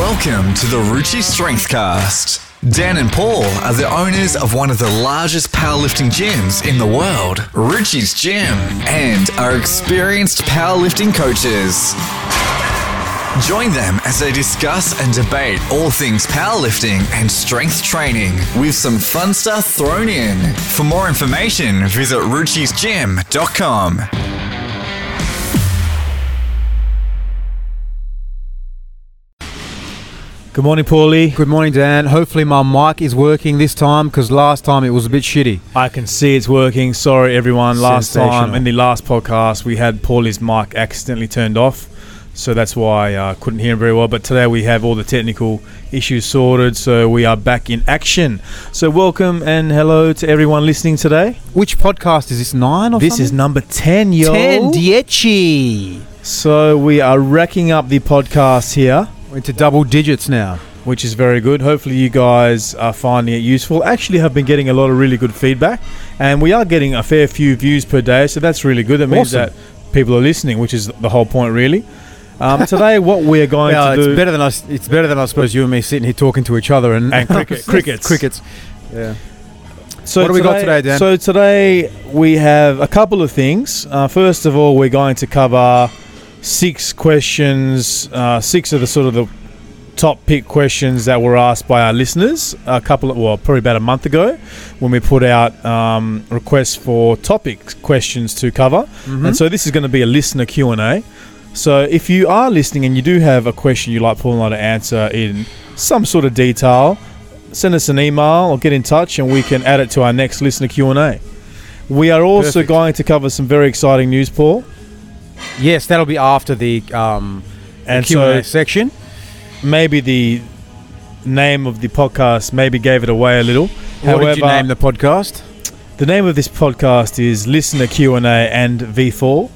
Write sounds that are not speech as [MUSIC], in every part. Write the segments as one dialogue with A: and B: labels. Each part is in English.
A: Welcome to the Ruchi Strengthcast. Dan and Paul are the owners of one of the largest powerlifting gyms in the world, Ruchi's Gym, and are experienced powerlifting coaches. Join them as they discuss and debate all things powerlifting and strength training with some fun stuff thrown in. For more information, visit ruchisgym.com.
B: Good morning, Paulie.
C: Good morning, Dan. Hopefully, my mic is working this time because last time it was a bit shitty.
B: I can see it's working. Sorry, everyone. Last time
C: Sensational.
B: in the last podcast, we had Paulie's mic accidentally turned off, so that's why I couldn't hear him very well. But today we have all the technical issues sorted, so we are back in action. So welcome and hello to everyone listening today.
C: Which podcast is this? Nine or
B: This is
C: something?
B: number ten, yo.
C: Oh, ten. Diechi.
B: So we are racking up the podcast here.
C: We're into double digits now.
B: which is very good. Hopefully, you guys are finding it useful. Actually, have been getting a lot of really good feedback, and we are getting a fair few views per day, so that's really good. That means
C: Awesome.
B: that people are listening, which is the whole point, really.
C: [LAUGHS]
B: Um, today, what we're going
C: Well,
B: to
C: it's
B: do
C: better than us. It's better than I suppose you and me sitting here talking to each other and,
B: And
C: [LAUGHS]
B: cricket- crickets.
C: crickets. Yeah.
B: So
C: What do we got today, Dan?
B: So today we have a couple of things. Uh, first of all, we're going to cover six questions, uh, six of the sort of the top pick questions that were asked by our listeners a couple of well probably about a month ago when we put out um, requests for topic questions to cover
C: Mm-hmm.
B: and so this is going to be a listener q&a so if you are listening and you do have a question you'd like paul and i to answer in some sort of detail send us an email or get in touch and we can add it to our next listener q&a we are also
C: Perfect.
B: going to cover some very exciting news paul
C: Yes, that'll be after the um,
B: and
C: Q and
B: so
C: A section.
B: maybe the name of the podcast maybe gave it away a little
C: what did you name the podcast?
B: The name of this podcast is Listener Q and A and
C: [LAUGHS]
B: V4.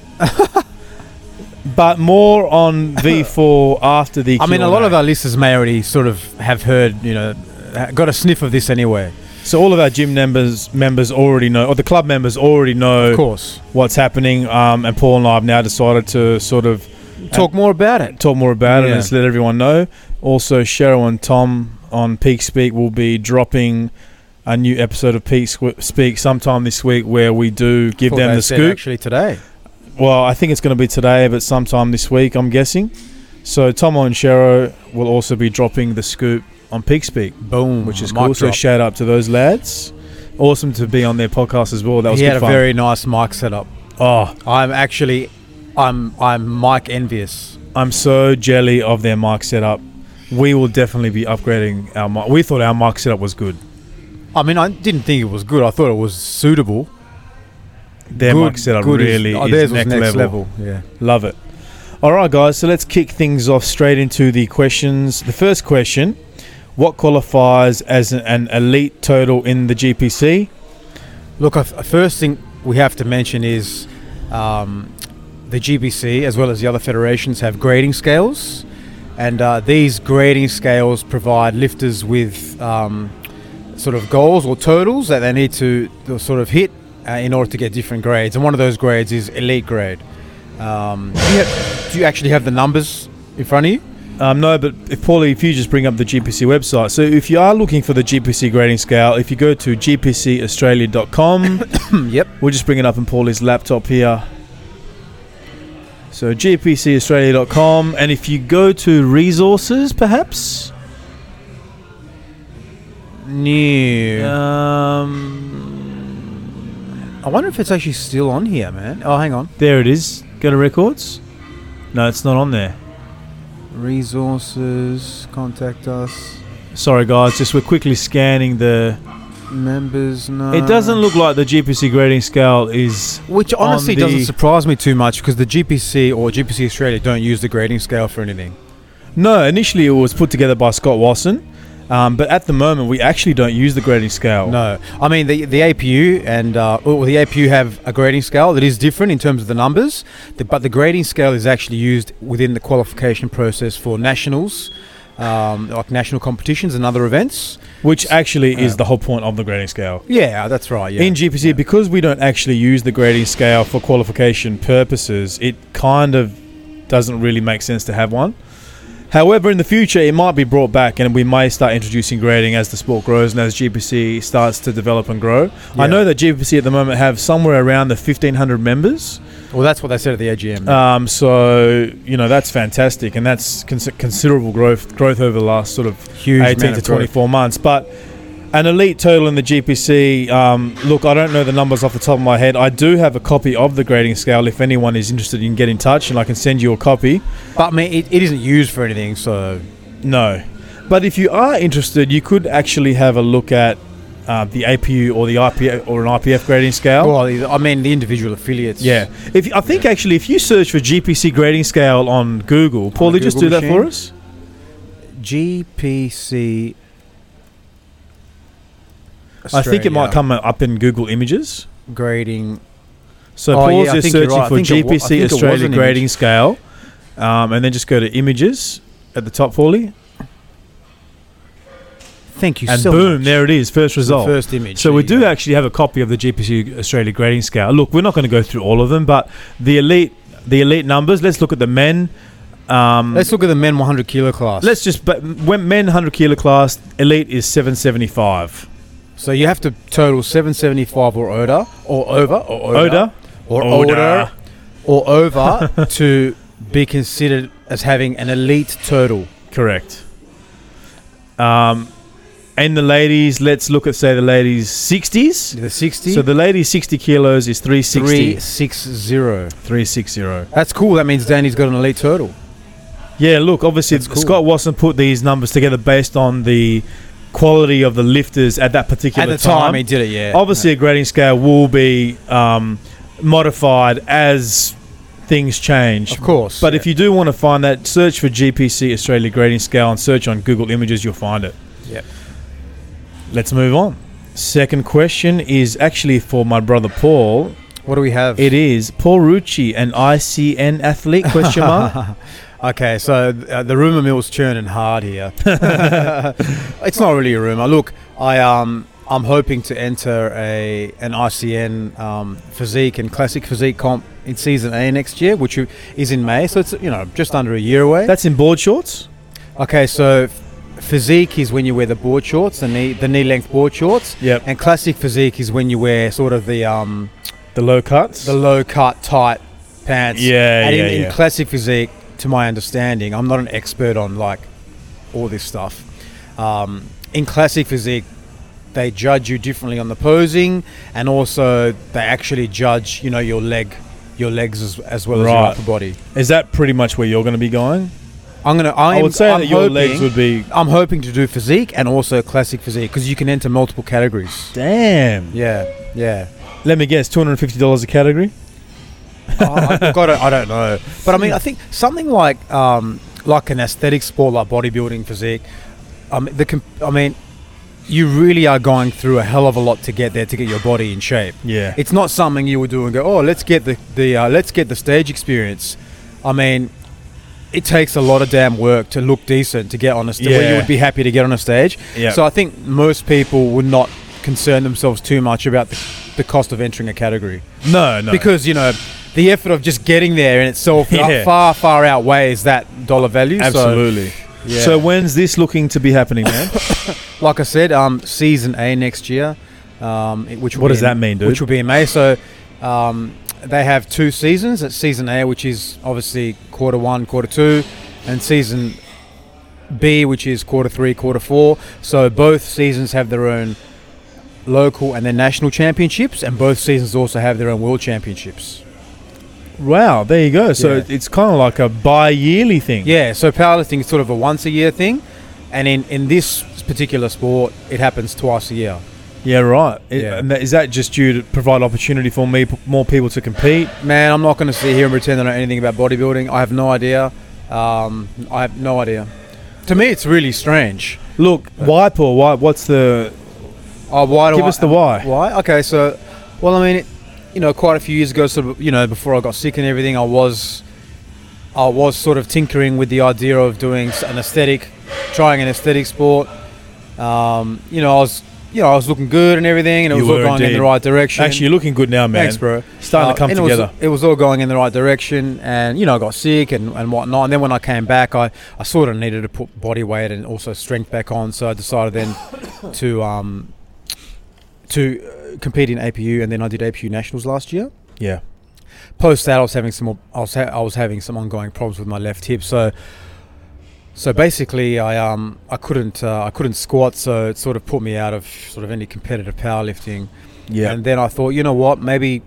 B: but more on V4 after the.
C: I mean, a
B: Q&A.
C: lot of our listeners may already sort of have heard, you know, ha- got a sniff of this anyway.
B: so all of our gym members members already know, or the club members already
C: Of
B: know
C: course.
B: what's happening. Um, and Paul and I have now decided to sort of
C: Talk more about it.
B: talk more about it
C: Yeah.
B: and just let everyone know. Also, Cheryl and Tom on Peak Speak will be dropping a new episode of Peak Squ- Speak sometime this week, where we do give
C: Thought
B: them
C: they
B: the
C: said
B: scoop.
C: actually today.
B: Well, I think it's going to be today, but sometime this week, I'm guessing. So Tomo and Shero will also be dropping the scoop on Peak Speak,
C: Boom,
B: which is
C: mic
B: cool. So
C: drop.
B: shout out to those lads. Awesome to be on their podcast as well. That was
C: he
B: good
C: had a
B: fun.
C: very nice mic setup.
B: oh,
C: I'm actually, I'm I'm mic envious.
B: I'm so jelly of their mic setup. We will definitely be upgrading our mic. We thought our mic setup was good.
C: I mean, I didn't think it was good. I thought it was suitable.
B: Their
C: good,
B: mic setup
C: good
B: really
C: oh,
B: is
C: theirs
B: next,
C: was next
B: level.
C: level. Yeah.
B: Love it. All right, guys. So let's kick things off straight into the questions. The first question: What qualifies as an- an elite total in the GPC?
C: Look, a f- a first thing we have to mention is um, the GBC, as well as the other federations, have grading scales, and uh, these grading scales provide lifters with um, sort of goals or totals that they need to to sort of hit uh, in order to get different grades. And one of those grades is elite grade. Um, do, you have, do you actually have the numbers in front of you?
B: Um, no, but if Paulie, if you just bring up the GPC website. So if you are looking for the GPC grading scale, if you go to gpcaustralia.com,
C: [COUGHS] yep.
B: we'll just bring it up in Paulie's laptop here. So gpcaustralia.com, and if you go to resources, perhaps.
C: New.
B: Uh, Um,
C: I wonder if it's actually still on here, man. Oh, hang on.
B: There it is. Go to records. No, it's not on there.
C: Resources, contact us.
B: Sorry, guys. Just we're quickly scanning the.
C: Members, no.
B: it doesn't look like the GPC grading scale is.
C: Which
B: on
C: honestly
B: the-
C: doesn't surprise me too much because the GPC or GPC Australia don't use the grading scale for anything.
B: No, initially it was put together by Scott Watson, um, but at the moment we actually don't use the grading scale.
C: No, I mean the the APU and uh, well, the APU have a grading scale that is different in terms of the numbers, the, but the grading scale is actually used within the qualification process for nationals, um, like national competitions and other events.
B: which actually is
C: Um,
B: the whole point of the grading scale.
C: Yeah, that's right. Yeah,
B: In GPC, because we don't actually use the grading scale for qualification purposes, it kind of doesn't really make sense to have one. However, in the future, it might be brought back, and we may start introducing grading as the sport grows and as GPC starts to develop and grow.
C: Yeah.
B: I know that GPC at the moment have somewhere around the 1,500 members.
C: Well, that's what they said at the AGM.
B: Um, so you know that's fantastic, and that's cons- considerable growth growth over the last sort of
C: Huge amount
B: 18 to
C: of growth.
B: 24 months. But an elite total in the GPC. Um, look, I don't know the numbers off the top of my head. I do have a copy of the grading scale. If anyone is interested, you can get in touch, and I can send you a copy.
C: But I mean, it, it isn't used for anything, so
B: No, but if you are interested, you could actually have a look at. Uh, the APU or the IPF or an IPF grading scale.
C: well, I mean the individual affiliates.
B: Oh. Yeah, if I think actually, if you search for GPC grading scale on Google, Paulie,
C: the
B: just do
C: Google
B: that for
C: machine?
B: us.
C: GPC.
B: I think it might
C: Australia
B: come up in Google Images.
C: grading.
B: So
C: Oh,
B: pause
C: yeah, I
B: your
C: think you're
B: searching
C: right. I
B: for
C: think it wa- I think
B: GPC
C: it was
B: Australia
C: an
B: grading scale, um, and then just go to Images at the top, Paulie,
C: Thank you
B: and
C: so
B: boom,
C: much.
B: there it is, first
C: the
B: result.
C: first image.
B: So we
C: There
B: do
C: you go.
B: actually have a copy of the GPC Australia grading scale. Look, we're not going to go through all of them, but the elite, the elite numbers. Let's look at the men. Um,
C: Let's look at the men 100 kilo class.
B: let's just but when men 100 kilo class, elite is 775.
C: so you have to total 775 or older, or over, or older,
B: Oda,
C: or
B: Older.
C: older,
B: [LAUGHS]
C: or over to be considered as having an elite total.
B: Correct. Um, and the ladies, let's look at say the ladies 60s.
C: The 60,
B: So the ladies 60 kilos is 360.
C: 360.
B: 360.
C: That's cool. That means Danny's got an elite total.
B: Yeah, look, obviously
C: That's cool.
B: Scott Watson put these numbers together based on the quality of the lifters at that particular
C: At the time, he did it. Yeah.
B: obviously a grading scale will be um, modified as things change.
C: Of course,
B: But
C: yeah.
B: if you do want to find that, search for GPC Australia grading scale and search on Google Images, you'll find it.
C: Yep.
B: Let's move on. Second question is actually for my brother Paul.
C: What do we have?
B: It is Paul Rucci, an ICN athlete?
C: [LAUGHS]
B: Question mark.
C: Okay, so uh, the rumor mill's churning hard here. [LAUGHS] it's not really a rumor. Look, I um, I'm hoping to enter a an ICN um, physique and classic physique comp in season A next year, which is in May. So it's you know just under a year away.
B: That's in board shorts.
C: okay, so f- physique is when you wear the board shorts, the knee the knee length board shorts,
B: Yep.
C: and classic physique is when you wear sort of the um,
B: The low cuts.
C: the low cut tight pants.
B: Yeah,
C: and
B: yeah,
C: in,
B: yeah.
C: in classic physique, to my understanding, I'm not an expert on like all this stuff. Um, in classic physique, they judge you differently on the posing, and also they actually judge you know your leg, your legs as, as well as
B: Right.
C: your upper body.
B: is that pretty much where you're going to be going?
C: I'm gonna. I,
B: I
C: am,
B: would say
C: I'm
B: that your
C: hoping,
B: legs would be.
C: I'm hoping to do physique and also classic physique because you can enter multiple categories.
B: Damn.
C: Yeah, yeah.
B: Let me guess, two hundred and fifty dollars a category.
C: I, I, God, I I don't know. But I mean, I think something like um, like an aesthetic sport, like bodybuilding physique. Um, the com- I mean, you really are going through a hell of a lot to get there to get your body in shape.
B: Yeah.
C: It's not something you would do and go, oh, let's get the the uh, let's get the stage experience. I mean, it takes a lot of damn work to look decent to get on a stage. Where you
B: Yeah.
C: would be happy to get on a stage.
B: Yeah.
C: So I think most people would not concern themselves too much about the, the cost of entering a category
B: No, no.
C: because you know the effort of just getting there in itself
B: [LAUGHS] Yeah.
C: far far outweighs that dollar value.
B: absolutely.
C: So, yeah.
B: So when's this looking to be happening,
C: [LAUGHS]
B: man?
C: like I said, um, season A next year, um, it- which will
B: What
C: be
B: does
C: in-
B: that mean, dude?
C: Which will be in May. So um, they have two seasons. It's season A, which is obviously quarter one, quarter two, and season B, which is quarter three, quarter four. So both seasons have their own local and their national championships, and both seasons also have their own world championships.
B: wow, there you go. So
C: Yeah.
B: it's kind of like a bi-yearly thing.
C: Yeah, so powerlifting is sort of a once a year thing, and in, in this particular sport, it happens twice a year.
B: Yeah, right. It-
C: Yeah.
B: And that, is that just due to provide opportunity for me, p- more people to compete?
C: Man, I'm not going to sit here and pretend I know anything about bodybuilding. I have no idea. Um, I have no idea. To me, it's really strange.
B: Look,
C: Uh,
B: why, Paul? Why? What's the?
C: Oh, why do
B: Give
C: I-
B: us the why.
C: Why? Okay, so, well, I mean, it, you know, quite a few years ago, sort of, you know, before I got sick and everything, I was, I was sort of tinkering with the idea of doing s- an aesthetic, trying an aesthetic sport. Um, you know, I was you know, I was looking good and everything, and it
B: You
C: was all
B: were
C: going in
B: indeed.
C: the right direction.
B: Actually, you're looking good now, man.
C: Thanks, bro.
B: Starting
C: Uh,
B: to come
C: and it was-
B: together.
C: It was, all going in the right direction, and you know, I got sick and, and whatnot. And then when I came back, I, I sort of needed to put body weight and also strength back on, so I decided then [COUGHS] to um to uh, compete in APU, and then I did APU nationals last year.
B: Yeah.
C: Post that, I was having some more- I was ha- I was having some ongoing problems with my left hip, so. So basically, I um I couldn't uh, I couldn't squat, so it sort of put me out of sort of any competitive powerlifting.
B: Yeah.
C: And then I thought, you know what, maybe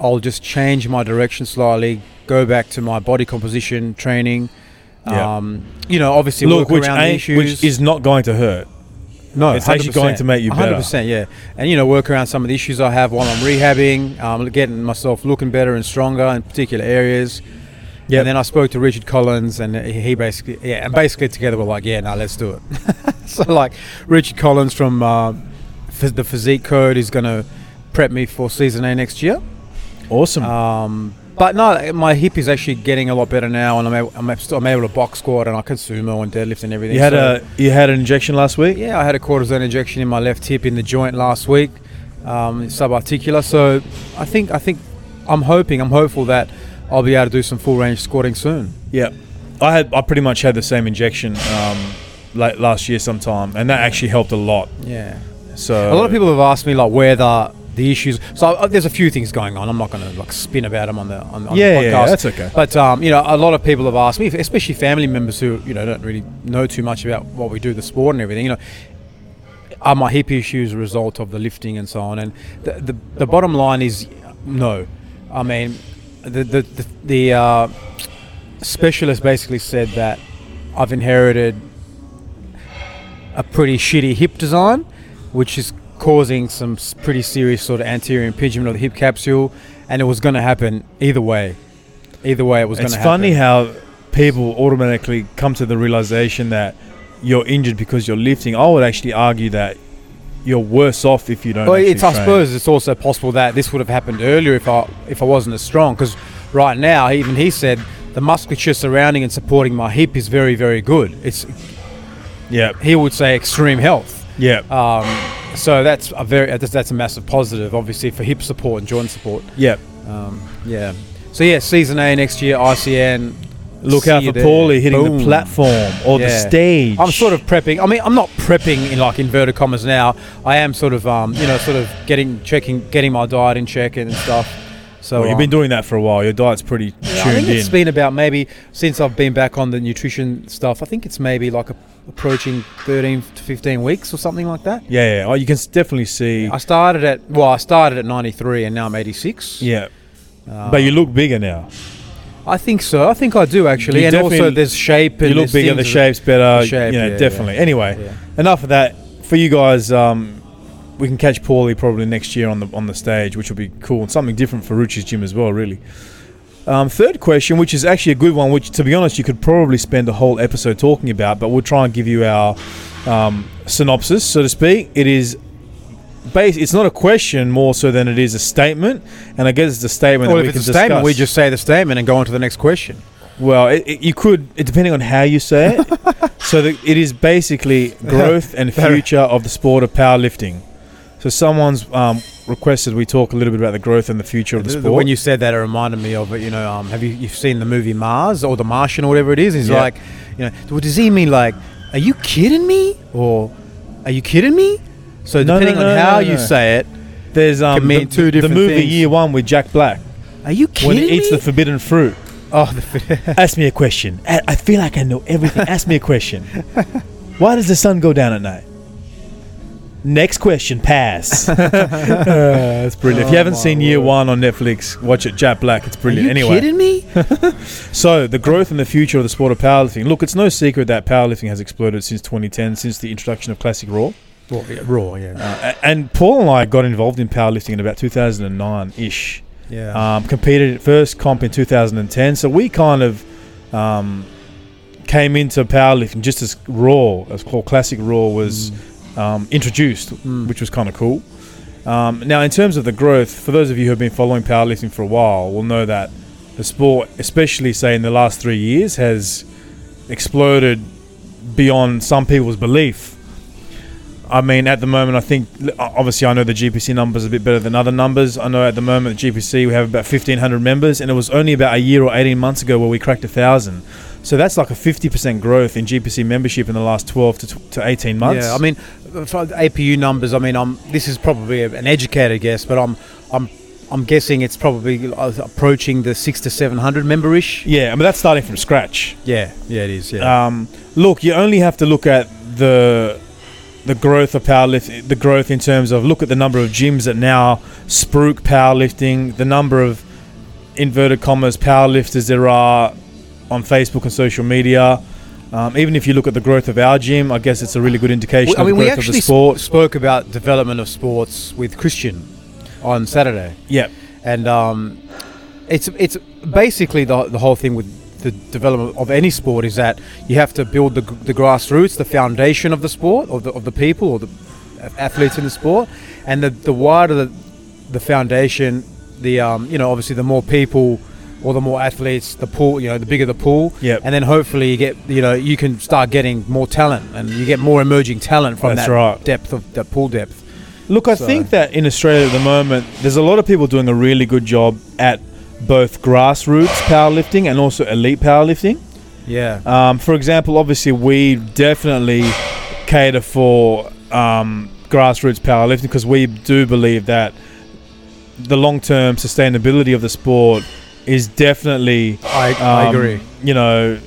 C: I'll just change my direction slightly, go back to my body composition training.
B: Yeah.
C: Um, you know, obviously
B: Look,
C: work
B: which,
C: around the
B: ain't,
C: issues.
B: which is not going to hurt.
C: no,
B: it's actually going to make you better.
C: 100%, yeah. And, you know, work around some of the issues I have while I'm rehabbing, um, getting myself looking better and stronger in particular areas.
B: Yep.
C: And then I spoke to Richard Collins, and he basically, yeah, and basically together we're like, yeah, no, let's do it. [LAUGHS] so like, Richard Collins from uh, phys- the Physique Code is going to prep me for season A next year.
B: Awesome.
C: Um, but no, my hip is actually getting a lot better now, and I'm able, I'm, ab- I'm able to box squat and I can sumo and deadlift and everything.
B: you had
C: so-
B: a you had an injection last week.
C: yeah, I had a cortisone injection in my left hip in the joint last week, um, subarticular. So I think I think I'm hoping I'm hopeful that I'll be able to do some full range squatting soon.
B: Yeah, I had I pretty much had the same injection um, late last year sometime, and that actually helped a lot.
C: Yeah.
B: So
C: A lot of people have asked me like where the the issues. So uh, there's a few things going on. I'm not going to like spin about them on the on, on
B: Yeah,
C: the
B: yeah,
C: podcast.
B: yeah, that's okay.
C: But um, you know, a lot of people have asked me, especially family members who you know don't really know too much about what we do, the sport and everything. You know, are my hip issues a result of the lifting and so on? And the the, the bottom line is no. I mean, the the the, the uh, specialist basically said that I've inherited a pretty shitty hip design, which is causing some s- pretty serious sort of anterior impingement of the hip capsule, and it was going to happen either way. Either way, it was going
B: It's
C: to happen.
B: funny how people automatically come to the realization that you're injured because you're lifting. I would actually argue that you're worse off if you don't.
C: Well,
B: actually
C: Oh, it's I
B: train.
C: suppose it's also possible that this would have happened earlier if I if I wasn't as strong. Because right now, even he said the musculature surrounding and supporting my hip is very very good. It's
B: Yeah,
C: he would say extreme health.
B: yeah,
C: Um, so that's a very uh, that's, that's a massive positive, obviously for hip support and joint support.
B: yeah.
C: Um, yeah. So yeah, season A next year, ICN.
B: Look
C: See
B: out
C: you
B: for
C: there.
B: Paulie hitting
C: Boom.
B: the platform or the
C: Yeah.
B: stage.
C: I'm sort of prepping. I mean, I'm not prepping in like inverted commas now. I am sort of, um, you know, sort of getting checking, getting my diet in check and stuff. So
B: Well, Oh, you've been
C: um,
B: doing that for a while. Your diet's pretty
C: yeah, I
B: tuned
C: think
B: in.
C: it's been about maybe since I've been back on the nutrition stuff. I think it's maybe like a, approaching 13 to 15 weeks or something like that.
B: yeah, yeah. Oh, you can s- definitely see.
C: I started at well, I started at 93 and now I'm 86.
B: yeah,
C: Um,
B: but you look bigger now.
C: I think so. I think I do actually.
B: You
C: and also,
B: definitely-
C: there's shape. And
B: you look
C: there's
B: bigger, the
C: things that-
B: shape's better.
C: the shape,
B: you know,
C: yeah,
B: definitely.
C: yeah.
B: anyway,
C: Yeah.
B: enough of that. For you guys, um, we can catch Paulie probably next year on the on the stage, which will be cool and something different for Ruchi's gym as well, really. Um, third question, which is actually a good one, which to be honest, you could probably spend a whole episode talking about, but we'll try and give you our um, synopsis, so to speak. It is. Base, it's not a question more so than it is a statement, and I guess it's a statement
C: Well,
B: that
C: if
B: we
C: it's
B: can
C: a statement,
B: discuss.
C: we just say the statement and go on to the next question.
B: Well, it, it, you could, it, depending on how you say it.
C: [LAUGHS]
B: so the, it is basically growth and future of the sport of powerlifting. So someone's um, requested we talk a little bit about the growth and the future of the
C: Th-
B: sport.
C: When you said that, it reminded me of it. You know, um, have you you've seen the movie Mars or The Martian or whatever it is? He's
B: Yeah.
C: like, you know, well, does he mean like, are you kidding me or are you kidding me? So
B: No, no,
C: depending
B: no,
C: on how
B: no,
C: you
B: no.
C: say it,
B: There's um,
C: Could mean
B: the,
C: two
B: the
C: different
B: movie
C: things.
B: Year One with Jack Black
C: are you kidding
B: when he eats
C: me?
B: the forbidden fruit.
C: oh, the,
B: Ask me a question. I, I feel like I know everything. Ask me a question. Why does the sun go down at night? Next question, pass. [LAUGHS] Uh, that's brilliant. if you
C: Oh
B: haven't
C: my
B: seen Year
C: word.
B: One on Netflix, watch it. Jack Black. It's
C: [LAUGHS] are
B: brilliant.
C: you
B: anyway,
C: kidding
B: [LAUGHS]
C: me?
B: So, the growth and the future of the sport of powerlifting. Look, it's no secret that powerlifting has exploded since 2010, since the introduction of Classic Raw.
C: Well, yeah, raw, yeah,
B: Uh, a- and Paul and I got involved in powerlifting in about 2009 ish.
C: yeah.
B: Um, competed at first comp in 2010. So, we kind of um, came into powerlifting just as Raw, as called Classic Raw, was um, introduced,
C: Mm.
B: which was kind of cool. Um, now, in terms of the growth, for those of you who have been following powerlifting for a while, will know that the sport, especially say in the last three years, has exploded beyond some people's belief. I mean, at the moment, I think obviously I know the GPC numbers a bit better than other numbers. I know at the moment the GPC we have about fifteen hundred members, and it was only about a year or eighteen months ago where we cracked a thousand. So that's like a fifty percent growth in GPC membership in the last twelve to, tw- to eighteen months.
C: Yeah, I mean, for the APU numbers. I mean, I'm this is probably an educated guess, but I'm I'm I'm guessing it's probably uh, approaching the six to seven hundred member-ish. Uh,
B: yeah, I mean that's starting from scratch.
C: Yeah, yeah, it is. Yeah,
B: Um, look, you only have to look at the the growth of powerlifting, the growth in terms of look at the number of gyms that now spruik powerlifting, the number of inverted commas powerlifters there are on Facebook and social media. Um, even if you look at the growth of our gym, I guess it's a really good indication
C: We- I
B: of
C: mean,
B: the
C: we
B: growth of
C: actually
B: the
C: sp-
B: sport.
C: spoke about development of sports with Christian on Saturday.
B: yeah,
C: and um, it's it's basically the, the whole thing with the development of any sport is that you have to build the, the grassroots, the foundation of the sport, of the, of the people, or the athletes in the sport, and the, the wider the, the foundation, the um, you know obviously the more people or the more athletes, the pool, you know, the bigger the pool,
B: Yep.
C: and then hopefully you get you know you can start getting more talent and you get more emerging talent from
B: That's
C: that
B: right.
C: depth of the pool depth.
B: Look, I
C: So-
B: think that in Australia at the moment, there's a lot of people doing a really good job at both grassroots powerlifting and also elite powerlifting.
C: Yeah.
B: Um, for example, obviously, we definitely cater for um, grassroots powerlifting because we do believe that the long term sustainability of the sport is definitely,
C: I, I
B: um,
C: agree.
B: you know,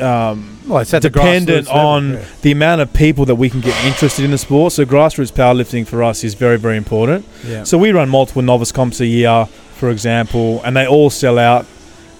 B: um,
C: Well, it's at the
B: dependent
C: grassroots level,
B: on
C: yeah.
B: the amount of people that we can get interested in the sport. So, grassroots powerlifting for us is very, very important.
C: Yeah.
B: So we run multiple novice comps a year, for example, and they all sell out.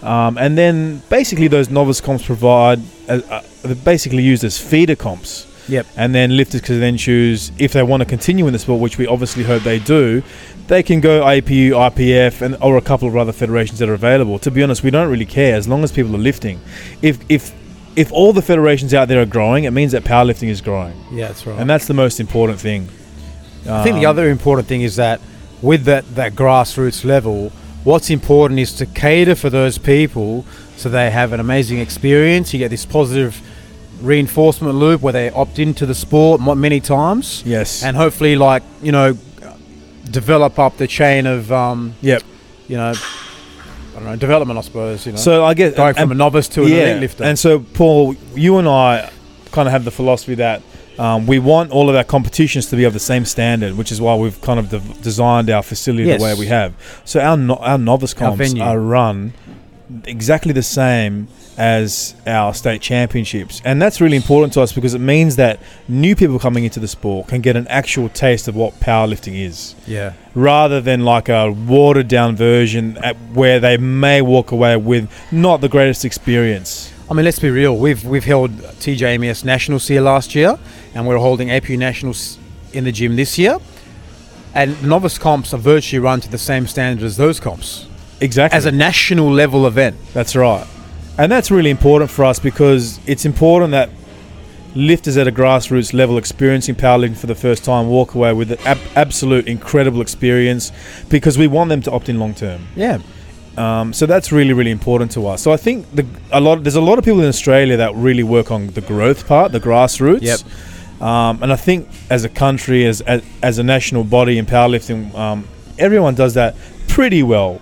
B: Um, and then basically those novice comps provide, uh, uh, they're basically used as feeder comps.
C: Yep.
B: And then lifters can then choose if they want to continue in the sport, which we obviously hope they do. They can go APU, IPF, and or a couple of other federations that are available. To be honest, we don't really care as long as people are lifting. If if if all the federations out there are growing, it means that powerlifting is growing,
C: Yeah, that's right.
B: and that's the most important thing.
C: I think the
B: Um,
C: other important thing is that with that, that grassroots level, what's important is to cater for those people so they have an amazing experience. You get this positive reinforcement loop where they opt into the sport mo- many times
B: yes,
C: and hopefully, like, you know, develop up the chain of, um,
B: yep.
C: you know, I don't know, development, I suppose, you know.
B: So I guess
C: Going from a novice to an elite lifter.
B: And so, Paul, you and I kind of have the philosophy that um, we want all of our competitions to be of the same standard, which is why we've kind of de- designed our facility
C: Yes.
B: the way we have. So our no- our novice
C: Our
B: comps
C: venue.
B: are run exactly the same as our state championships, and that's really important to us because it means that new people coming into the sport can get an actual taste of what powerlifting is
C: yeah.
B: rather than like a watered down version at where they may walk away with not the greatest experience.
C: I mean, let's be real. We've we've held TJMS nationals here last year, and we're holding APU nationals in the gym this year. And novice comps are virtually run to the same standard as those comps
B: Exactly.
C: as a national level event.
B: that's right. And that's really important for us because it's important that lifters at a grassroots level experiencing powerlifting for the first time walk away with an ab- absolute incredible experience because we want them to opt in long term.
C: Yeah,
B: Um, so that's really, really important to us. So I think the, a lot there's a lot of people in Australia that really work on the growth part, the grassroots.
C: Yep.
B: Um, and I think as a country, as as, as a national body in powerlifting, um, everyone does that pretty well,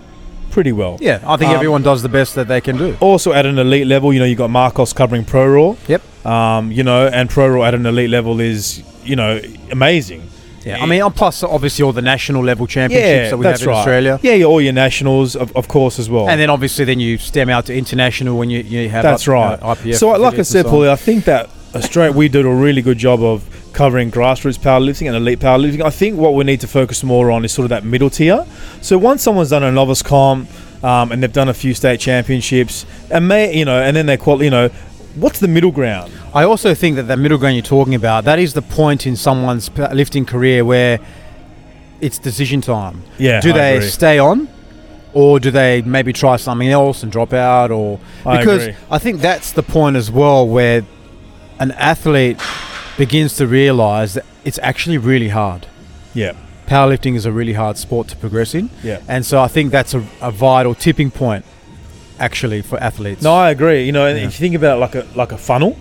B: pretty well.
C: yeah. I think
B: Um,
C: everyone does the best that they can do.
B: Also at an elite level, you know, you got Marcos covering Pro Raw.
C: Yep.
B: Um, you know, and Pro Raw at an elite level is you know amazing.
C: Yeah. I mean, and plus obviously all the national level championships that we have in Australia.
B: Yeah, yeah, all your nationals, of, of course, as well.
C: And then obviously then you stem out to international when you, you have
B: That's
C: up-
B: right.
C: uh, IPF
B: so, like I
C: affiliates
B: said,
C: and so on.
B: Paul, I think that Australia we did a really good job of covering grassroots powerlifting and elite powerlifting. I think what we need to focus more on is sort of that middle tier. So once someone's done a novice comp um, and they've done a few state championships, and may you know, and then they qual, you know, what's the middle ground?
C: I also think that that middle ground you're talking about, that is the point in someone's p- lifting career where it's decision time.
B: Yeah,
C: Do
B: I
C: they
B: agree.
C: stay on or do they maybe try something else and drop out or
B: I
C: because
B: agree.
C: I think that's the point as well where an athlete begins to realize that it's actually really hard.
B: Yeah,
C: Powerlifting is a really hard sport to progress in.
B: yeah.
C: And so I think that's a, a vital tipping point actually for athletes.
B: No, I agree. You know, and
C: Yeah.
B: if you think about it like a like a funnel,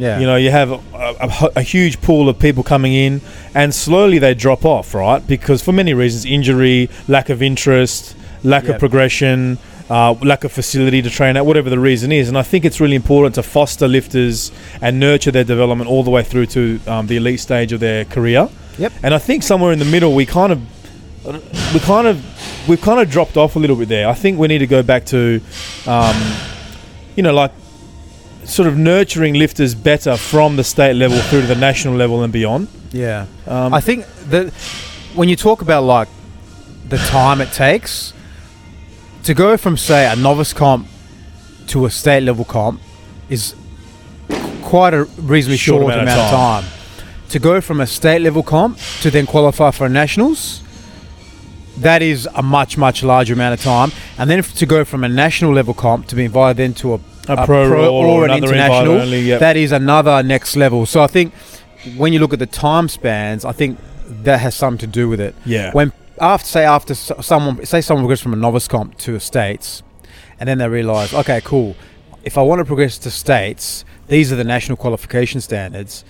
C: Yeah.
B: You know, you have a, a, a huge pool of people coming in, and slowly they drop off, right? Because for many reasons injury, lack of interest, lack
C: Yep.
B: of progression, uh, lack of facility to train at, whatever the reason is. And I think it's really important to foster lifters and nurture their development all the way through to um, the elite stage of their career.
C: Yep.
B: And I think somewhere in the middle, we kind of, we kind of, we've kind of dropped off a little bit there. I think we need to go back to, um, you know, like sort of nurturing lifters better from the state level through to the national level and beyond.
C: Yeah.
B: Um,
C: I think that when you talk about like the time it takes to go from say a novice comp to a state level comp is quite a reasonably
B: Short
C: short,
B: amount
C: amount,
B: of
C: of time. To go from a state level comp to then qualify for nationals, that is a much much larger amount of time. And then if, to go from a national level comp to be invited then to a
B: A pro, or,
C: an
B: another
C: international,
B: international. Only, yep.
C: that is another next level. So I think when you look at the time spans, I think that has something to do with it.
B: yeah.
C: When after say after s- someone say someone goes from a novice comp to a states, and then they realise, okay, cool. If I want to progress to states, these are the national qualification standards.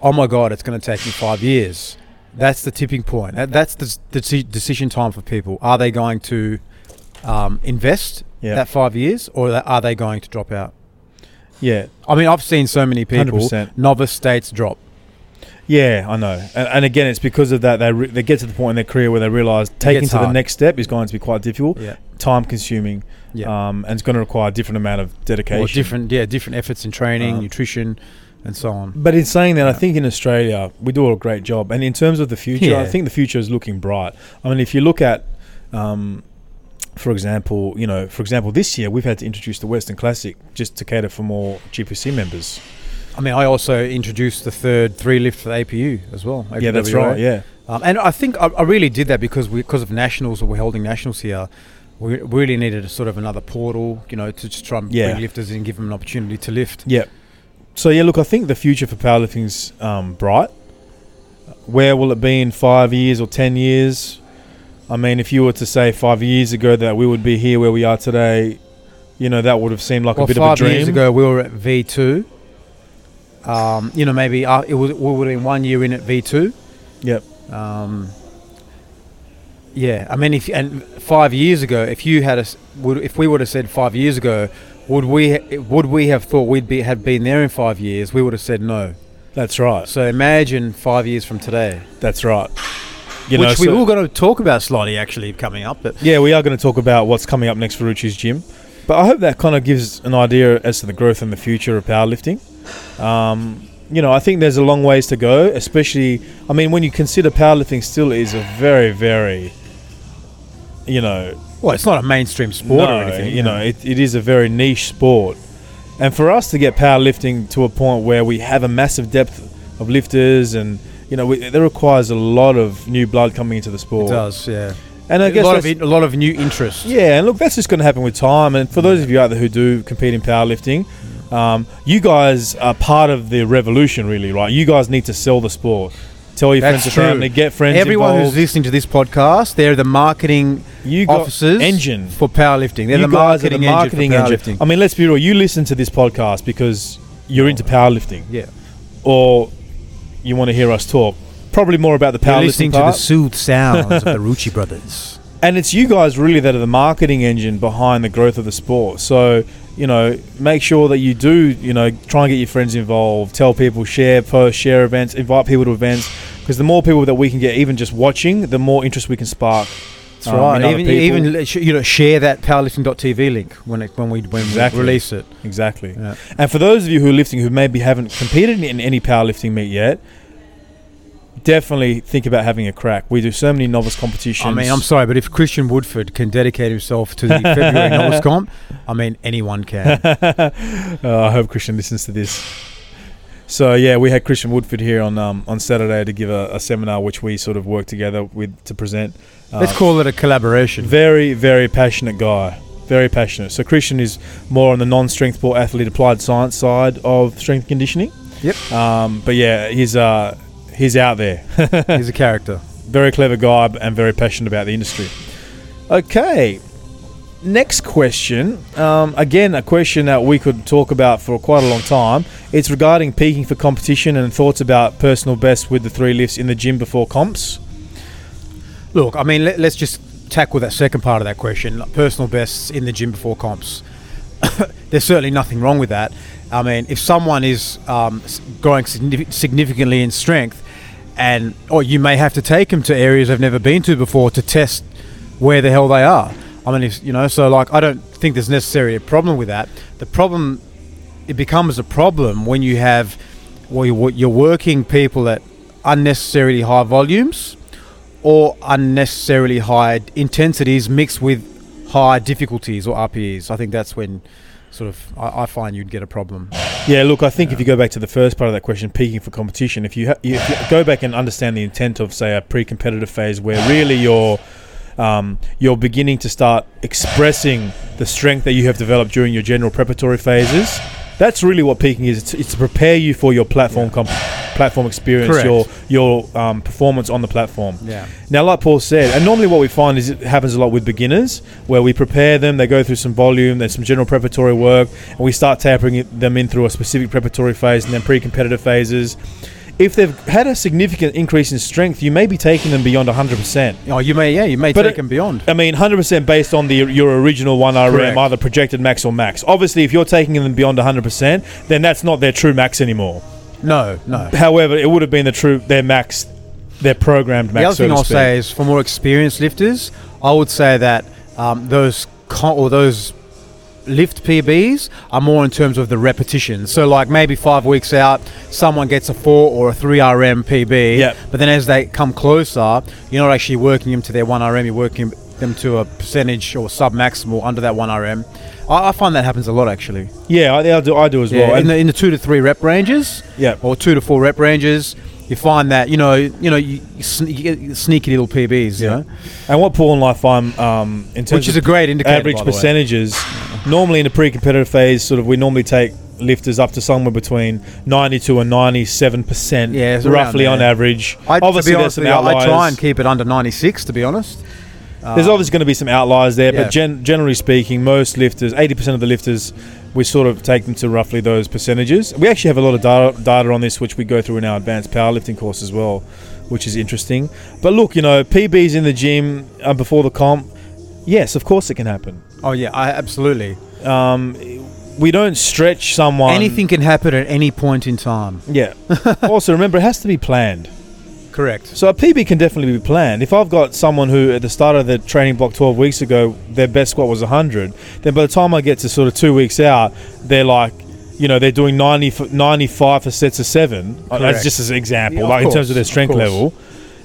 C: Oh my god, it's going to take me five years. That's the tipping point. That- That's the, s- the deci- decision time for people. Are they going to um, invest
B: Yeah.
C: that five years, or are they going to drop out?
B: yeah.
C: I mean, I've seen so many people
B: 100%.
C: novice states drop.
B: Yeah, I know. And, and again, it's because of that they, re- they get to the point in their career where they realize taking
C: gets
B: to the
C: hard.
B: next step is going to be quite difficult,
C: Yeah,
B: time consuming,
C: yeah.
B: um, and it's going to require a different amount of dedication.
C: or different, yeah, different efforts in training,
B: Um,
C: nutrition, and so on.
B: But in saying that, I
C: Yeah.
B: think in Australia we do a great job, and in terms of the future, I
C: Yeah.
B: think the future is looking bright. I mean, if you look at, um, for example, you know, for example, this year we've had to introduce the Western Classic just to cater for more GPC members.
C: I mean, I also introduced the third three lift for the APU as well.
B: Yeah, that's
C: APWA.
B: right. Yeah,
C: Um, and I think I, I really did that because we, because of nationals, we're holding nationals here. We really needed a sort of another portal, you know, to just try and
B: Yeah.
C: bring lifters in and give them an opportunity to lift.
B: yeah. So yeah, look, I think the future for powerlifting's um, bright. Where will it be in five years or ten years? I mean, if you were to say five years ago that we would be here where we are today, you know, that would have seemed like
C: well,
B: a bit of
C: five
B: a dream.
C: years ago, we were at V two. Um, you know, maybe uh, it was, we would have been one year in at V two.
B: Yep.
C: Um, yeah, I mean, if and five years ago, if you had us, would if we would have said five years ago, would we would we have thought we'd be had been there in five years? We would have said no.
B: That's right.
C: So imagine five years from today,
B: That's right. You know,
C: which we
B: so-
C: were going to talk about slightly actually coming up, but
B: yeah, we are going to talk about what's coming up next for Ruchi's gym, but I hope that kind of gives an idea as to the growth and the future of powerlifting. Um, you know, I think there's a long ways to go, especially. I mean, when you consider powerlifting, still is a very, very, you know,
C: well, it's not a mainstream sport
B: no,
C: or anything.
B: You know, it, it is a very niche sport. And for us to get powerlifting to a point where we have a massive depth of lifters and, you know, we, that requires a lot of new blood coming into the
C: it
B: sport.
C: does, yeah.
B: And I
C: a
B: guess
C: lot of
B: that's-
C: in- a lot of new interests.
B: yeah, and look, that's just going to happen with time. And for those of you out there who do compete in powerlifting, um, you guys are part of the revolution, really, right? You guys need to sell the sport. Tell your
C: That's
B: friends
C: true.
B: and family, get friends
C: Everyone
B: involved.
C: who's listening to this podcast, they're the marketing
B: you got
C: officers
B: engine.
C: for powerlifting. They're
B: you
C: the
B: guys are
C: marketing,
B: the marketing
C: engine
B: engine.
C: for powerlifting.
B: I mean, let's be real. You listen to this podcast because you're into powerlifting,
C: yeah,
B: or you want to hear us talk. Probably more about the
C: you're
B: powerlifting
C: listening to the
B: part,
C: soothed sounds of the Rucci
B: [LAUGHS]
C: brothers.
B: and it's you guys really that are the marketing engine behind the growth of the sport. So you know, make sure that you do you know try and get your friends involved. Tell people, share posts, share events, invite people to events because the more people that we can get, even just watching, the more interest we can spark. um, That's
C: and even even let- sh- you know share that powerlifting.tv link when it, when we when
B: Exactly.
C: we release it.
B: exactly.
C: Yeah.
B: And for those of you who are lifting who maybe haven't competed in any powerlifting meet yet, definitely think about having a crack. We do so many novice competitions.
C: I mean, I'm sorry, but if Christian Woodford can dedicate himself to the [LAUGHS] February Novice Comp, I mean, anyone can.
B: Oh, I hope Christian listens to this. So yeah, we had Christian Woodford here on um, on Saturday to give a, a seminar, which we sort of worked together with to present. Uh,
C: [LAUGHS] Let's call it a collaboration.
B: Very, very passionate guy. Very passionate. So Christian is more on the non-strength sport athlete applied science side of strength conditioning.
C: Yep.
B: Um, but yeah, he's uh, he's out there.
C: [LAUGHS]
B: [LAUGHS]
C: He's a character.
B: very clever guy b- and very passionate about the industry. Okay, next question, um, again, a question that we could talk about for quite a long time. It's regarding peaking for competition and thoughts about personal best with the three lifts in the gym before comps.
C: Look, I mean, let, us just tackle that second part of that question like personal bests in the gym before comps. [COUGHS] There's certainly nothing wrong with that. I mean, if someone is um, s- growing signifi- significantly in strength, and or you may have to take them to areas they've never been to before to test where the hell they are. I mean, if, you know, so like, I don't think there's necessarily a problem with that. The problem, it becomes a problem when you have, well, you're, you're working people at unnecessarily high volumes or unnecessarily high intensities mixed with high difficulties or RPEs. I think that's when sort of I, I find you'd get a problem.
B: Yeah, look, I think if you go back to the first part of that question, peaking for competition, if you, ha- you, if you go back and understand the intent of, say, a pre-competitive phase where really you're um, you're beginning to start expressing the strength that you have developed during your general preparatory phases. That's really what peaking is. It's, it's to prepare you for your platform comp- platform experience,
C: Correct.
B: your your um, performance on the platform.
C: Yeah.
B: Now, like Paul said, and normally what we find is it happens a lot with beginners, where we prepare them, they go through some volume, there's some general preparatory work, and we start tapering it- them in through a specific preparatory phase and then pre-competitive phases. If they've had a significant increase in strength, you may be taking them beyond 100%.
C: Oh, you may, yeah, you may
B: But
C: take
B: it-
C: them beyond.
B: I mean, 100% based on the your original 1RM,
C: Correct.
B: either projected max or max. Obviously, if you're taking them beyond 100%, then that's not their true max anymore.
C: No, no.
B: However, it would have been the true their max, their programmed max.
C: The other
B: so
C: thing
B: to
C: I'll
B: speak.
C: say is for more experienced lifters, I would say that um, those con- or those lift PBs are more in terms of the repetitions. So like maybe five weeks out, someone gets a four or a three RM PB.
B: Yep.
C: But then as they come closer, you're not actually working them to their one RM. You're working them to a percentage or sub maximal under that one RM. I, I find that happens a lot actually.
B: Yeah, I, I do. I do as
C: Yeah,
B: well.
C: in the in the two to three rep ranges.
B: Yeah.
C: or two to four rep ranges. You find that you know you know you, you, sne- you get sneaky little PBs. You know,
B: And what Paul and I find um, in terms
C: which is a
B: of
C: great indicator.
B: average
C: by the way.
B: percentages, normally in the pre-competitive phase, sort of we normally take lifters up to somewhere between 92 and 97 percent,
C: Yeah, it's around
B: roughly
C: there.
B: on average.
C: I, to be
B: obviously,
C: honest
B: there's some
C: with you, I-
B: outliers.
C: I try and keep it under 96, to be honest.
B: there's obviously going to be some outliers there,
C: Um, yeah.
B: but gen- generally speaking, most lifters, 80 percent of the lifters, we sort of take them to roughly those percentages. We actually have a lot of data, data on this, which we go through in our advanced powerlifting course as well, which is interesting. But look, you know, PBs in the gym uh, before the comp, yes, of course it can happen.
C: Oh yeah, I, absolutely.
B: um, we don't stretch someone.
C: Anything can happen at any point in time. [LAUGHS]
B: Yeah. also, remember, it has to be planned.
C: Correct.
B: So a PB can definitely be planned. If I've got someone who, at the start of the training block 12 weeks ago, their best squat was 100, then by the time I get to sort of two weeks out, they're like, you know, they're doing 90 for, 95 for sets of seven. Uh, That's
C: Correct.
B: just as an example,
C: Yeah, of
B: like in terms
C: course,
B: of their
C: of
B: strength
C: course.
B: level.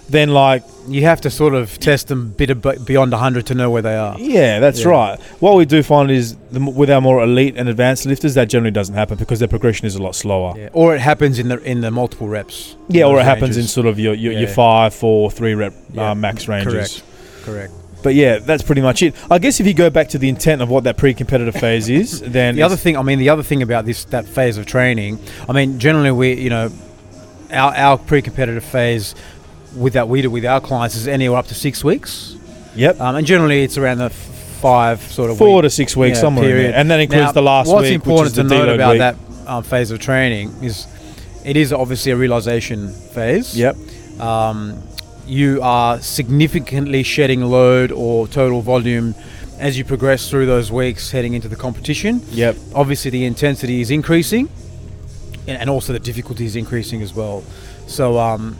B: Then, like,
C: You have to sort of test them bit ab- beyond 100 to know where they are.
B: Yeah, that's
C: Yeah.
B: right. What we do find is the, m- with our more elite and advanced lifters, that generally doesn't happen because their progression is a lot slower.
C: Yeah. Or it happens in the in the multiple reps.
B: Yeah, or
C: Those
B: it happens in
C: ranges.
B: sort of your your, your
C: Yeah.
B: five, four, three rep
C: Yeah,
B: uh, max ranges.
C: Correct. Correct.
B: But yeah, that's pretty much it. I guess if you go back to the intent of what that pre-competitive
C: [LAUGHS]
B: phase is, then
C: the other
B: it's-
C: thing, I mean, the other thing about this that phase of training, I mean, generally we, you know, our, our pre-competitive phase with that we do with our clients is anywhere up to six weeks,
B: yep,
C: um, and generally it's around the f- five sort of
B: four
C: week,
B: to six weeks
C: yeah,
B: somewhere, in there. and that includes
C: Now,
B: the last
C: What's
B: week.
C: important
B: which is the
C: to note
B: deload
C: about
B: week.
C: that um, phase of training is it is obviously a realization phase.
B: Yep.
C: Um, you are significantly shedding load or total volume as you progress through those weeks heading into the competition
B: Yep.
C: obviously the intensity is increasing and, and also the difficulty is increasing as well so um,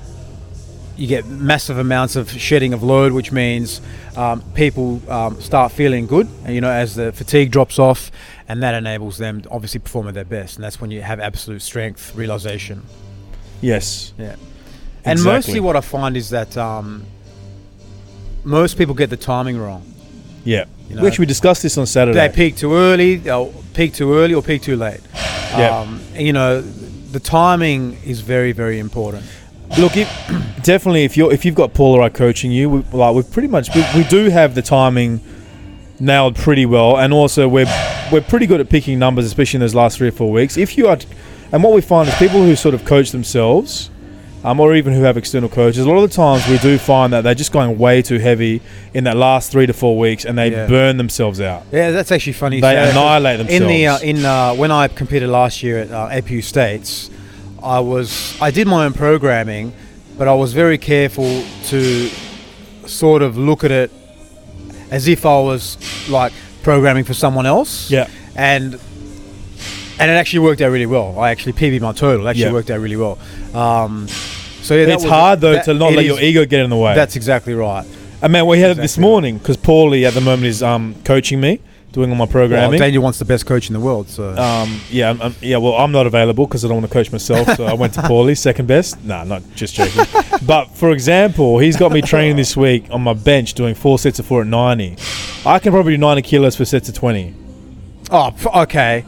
C: you get massive amounts of shedding of load which means um, people um, start feeling good you know as the fatigue drops off and that enables them to obviously perform at their best and that's when you have absolute strength realization
B: Yes.
C: yeah. And
B: Exactly.
C: mostly what I find is that um, most people get the timing wrong.
B: Yeah.
C: You
B: we
C: know,
B: actually we discussed this on Saturday.
C: They peak too early, they'll peak too early or peak too late.
B: [SIGHS] Yeah.
C: Um, you know, the timing is very, very important.
B: Look, if, [CLEARS THROAT] definitely if you're if you've got Paul or I coaching you, we, like we've pretty much we, we do have the timing nailed pretty well, and also we're we're pretty good at picking numbers, especially in those last three or four weeks. If you are, and what we find is people who sort of coach themselves um, or even who have external coaches, a lot of the times we do find that they're just going way too heavy in that last three to four weeks, and they
C: Yeah.
B: burn themselves out.
C: Yeah, that's actually funny. you
B: They
C: say that.
B: annihilate
C: In the uh,
B: themselves.
C: in uh, when I competed last year at uh, APU States, I was I did my own programming, but I was very careful to sort of look at it as if I was like programming for someone else.
B: Yeah.
C: and and it actually worked out really well. I actually PB my total. It Actually
B: Yeah.
C: worked out really well. Um, so yeah, that
B: It's
C: was-
B: hard though
C: that-
B: to not
C: it
B: let
C: is-
B: your ego get in the way.
C: That's exactly right.
B: And man, we had it this
C: Exactly.
B: morning because Paulie at the moment is um, coaching me, doing all my
C: Well,
B: programming.
C: Daniel wants the best coach in the world, so
B: um, yeah, I'm, I'm- yeah. Well, I'm not available because I don't want to coach myself, so I went
C: [LAUGHS]
B: to Paulie, second best. Nah, not just joking. but for example, he's got me training this week on my bench doing four sets of four at 90. I can probably do 90 kilos for sets of 20.
C: Oh, p-
B: [LAUGHS]
C: okay.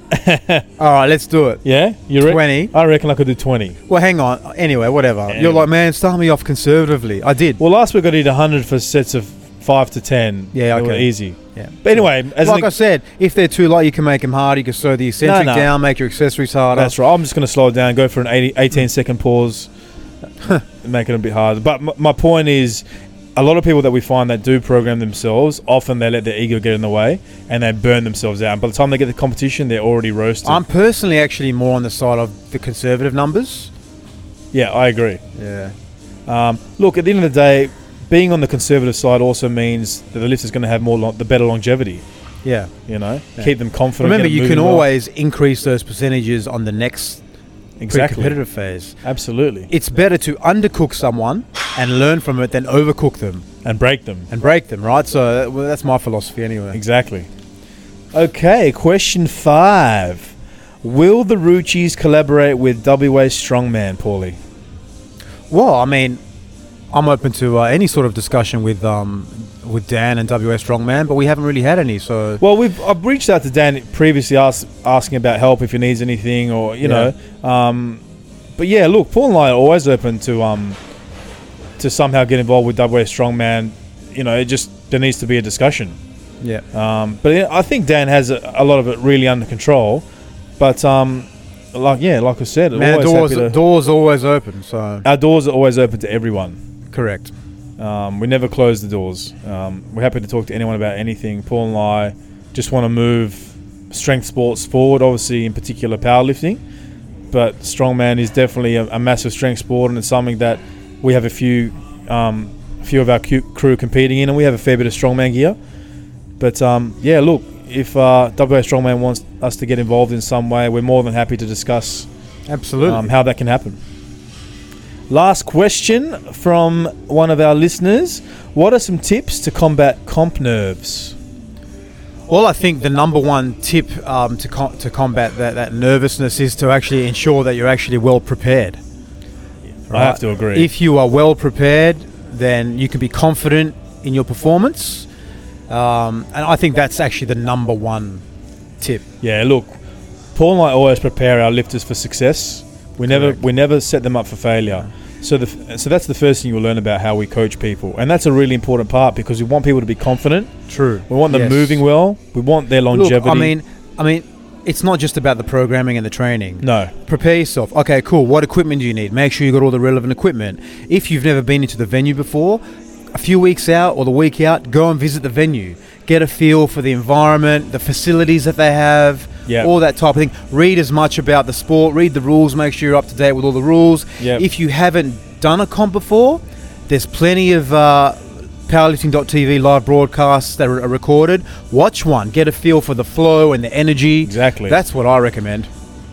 C: All right, let's do it.
B: Yeah, you reckon?
C: 20?
B: I reckon I could do 20.
C: Well, hang on. Anyway, whatever. You're like, man, start me off conservatively. I did.
B: Well, last week I did 100 for sets of five to 10.
C: Yeah,
B: They were
C: okay.
B: easy.
C: yeah.
B: But anyway, as
C: like
B: an
C: I said, if they're too light, you can make them hard. You can sew the eccentric
B: no.
C: down, make your accessories harder.
B: That's right. I'm just going to slow it down, go for an 80,
C: Hmm.
B: 18 second pause, [LAUGHS] make it a bit harder. But m- my point is, a lot of people that we find that do program themselves, often they let their ego get in the way and they burn themselves out. And by the time they get the competition, they're already roasted.
C: I'm personally actually more on the side of the conservative numbers.
B: yeah, I agree.
C: Yeah.
B: Um, look, at the end of the day, being on the conservative side also means that the lift is going to have more long, the better longevity.
C: Yeah.
B: You know, keep them confident.
C: Remember,
B: get them
C: you can
B: moving well.
C: always increase those percentages on the next
B: exactly,
C: competitive phase.
B: absolutely,
C: It's better to undercook someone and learn from it than overcook them
B: and break them.
C: and break them, right? So that, well, that's my philosophy anyway.
B: Exactly. Okay, question five. Will the Ruchis collaborate with WA Strongman, Paulie?
C: Well, I mean, I'm open to uh, any sort of discussion with um, with Dan and WS Strongman, but we haven't really had any. So
B: Well, we've I've reached out to Dan previously, ask, asking about help if he needs anything, or you
C: Yeah.
B: know. Um, but yeah, look, Paul and I are always open to um, to somehow get involved with WA Strongman. You know, it just there needs to be a discussion.
C: yeah,
B: Um, but yeah, I think Dan has a, a lot of it really under control. But um, like yeah, like I said,
C: man, the
B: always
C: doors
B: happy to-
C: doors always open. So
B: our doors are always open to everyone.
C: correct.
B: Um, we never close the doors. Um, we're happy to talk to anyone about anything. Paul and I just want to move strength sports forward, obviously, in particular powerlifting. But strongman is definitely a, a massive strength sport, and it's something that we have a few um, few of our cu- crew competing in, and we have a fair bit of strongman gear. But um, yeah, look, if uh, WA Strongman wants us to get involved in some way, we're more than happy to discuss
C: Absolutely.
B: um, how that can happen. Last question from one of our listeners: What are some tips to combat comp nerves?
C: well, I think the number one tip um, to com- to combat that, that nervousness is to actually ensure that you're actually well prepared.
B: I have to agree.
C: If you are well prepared, then you can be confident in your performance, um, and I think that's actually the number one tip.
B: yeah, look, Paul and I always prepare our lifters for success. We never
C: Correct.
B: we never set them up for failure. So the f- so that's the first thing you'll learn about how we coach people, and that's a really important part because we want people to be confident.
C: True.
B: We want them
C: Yes.
B: moving well. We want their longevity.
C: Look, I mean, I mean, it's not just about the programming and the training.
B: no,
C: Prepare yourself. Okay, cool. What equipment do you need? Make sure you got all the relevant equipment. If you've never been into the venue before, a few weeks out or the week out, go and visit the venue. Get a feel for the environment, the facilities that they have,
B: Yeah.
C: all that type of thing. Read as much about the sport, read the rules, make sure you're up to date with all the rules.
B: Yeah.
C: If you haven't done a comp before, there's plenty of uh, powerlifting.tv live broadcasts that are recorded. Watch one, get a feel for the flow and the energy.
B: Exactly.
C: That's what I recommend.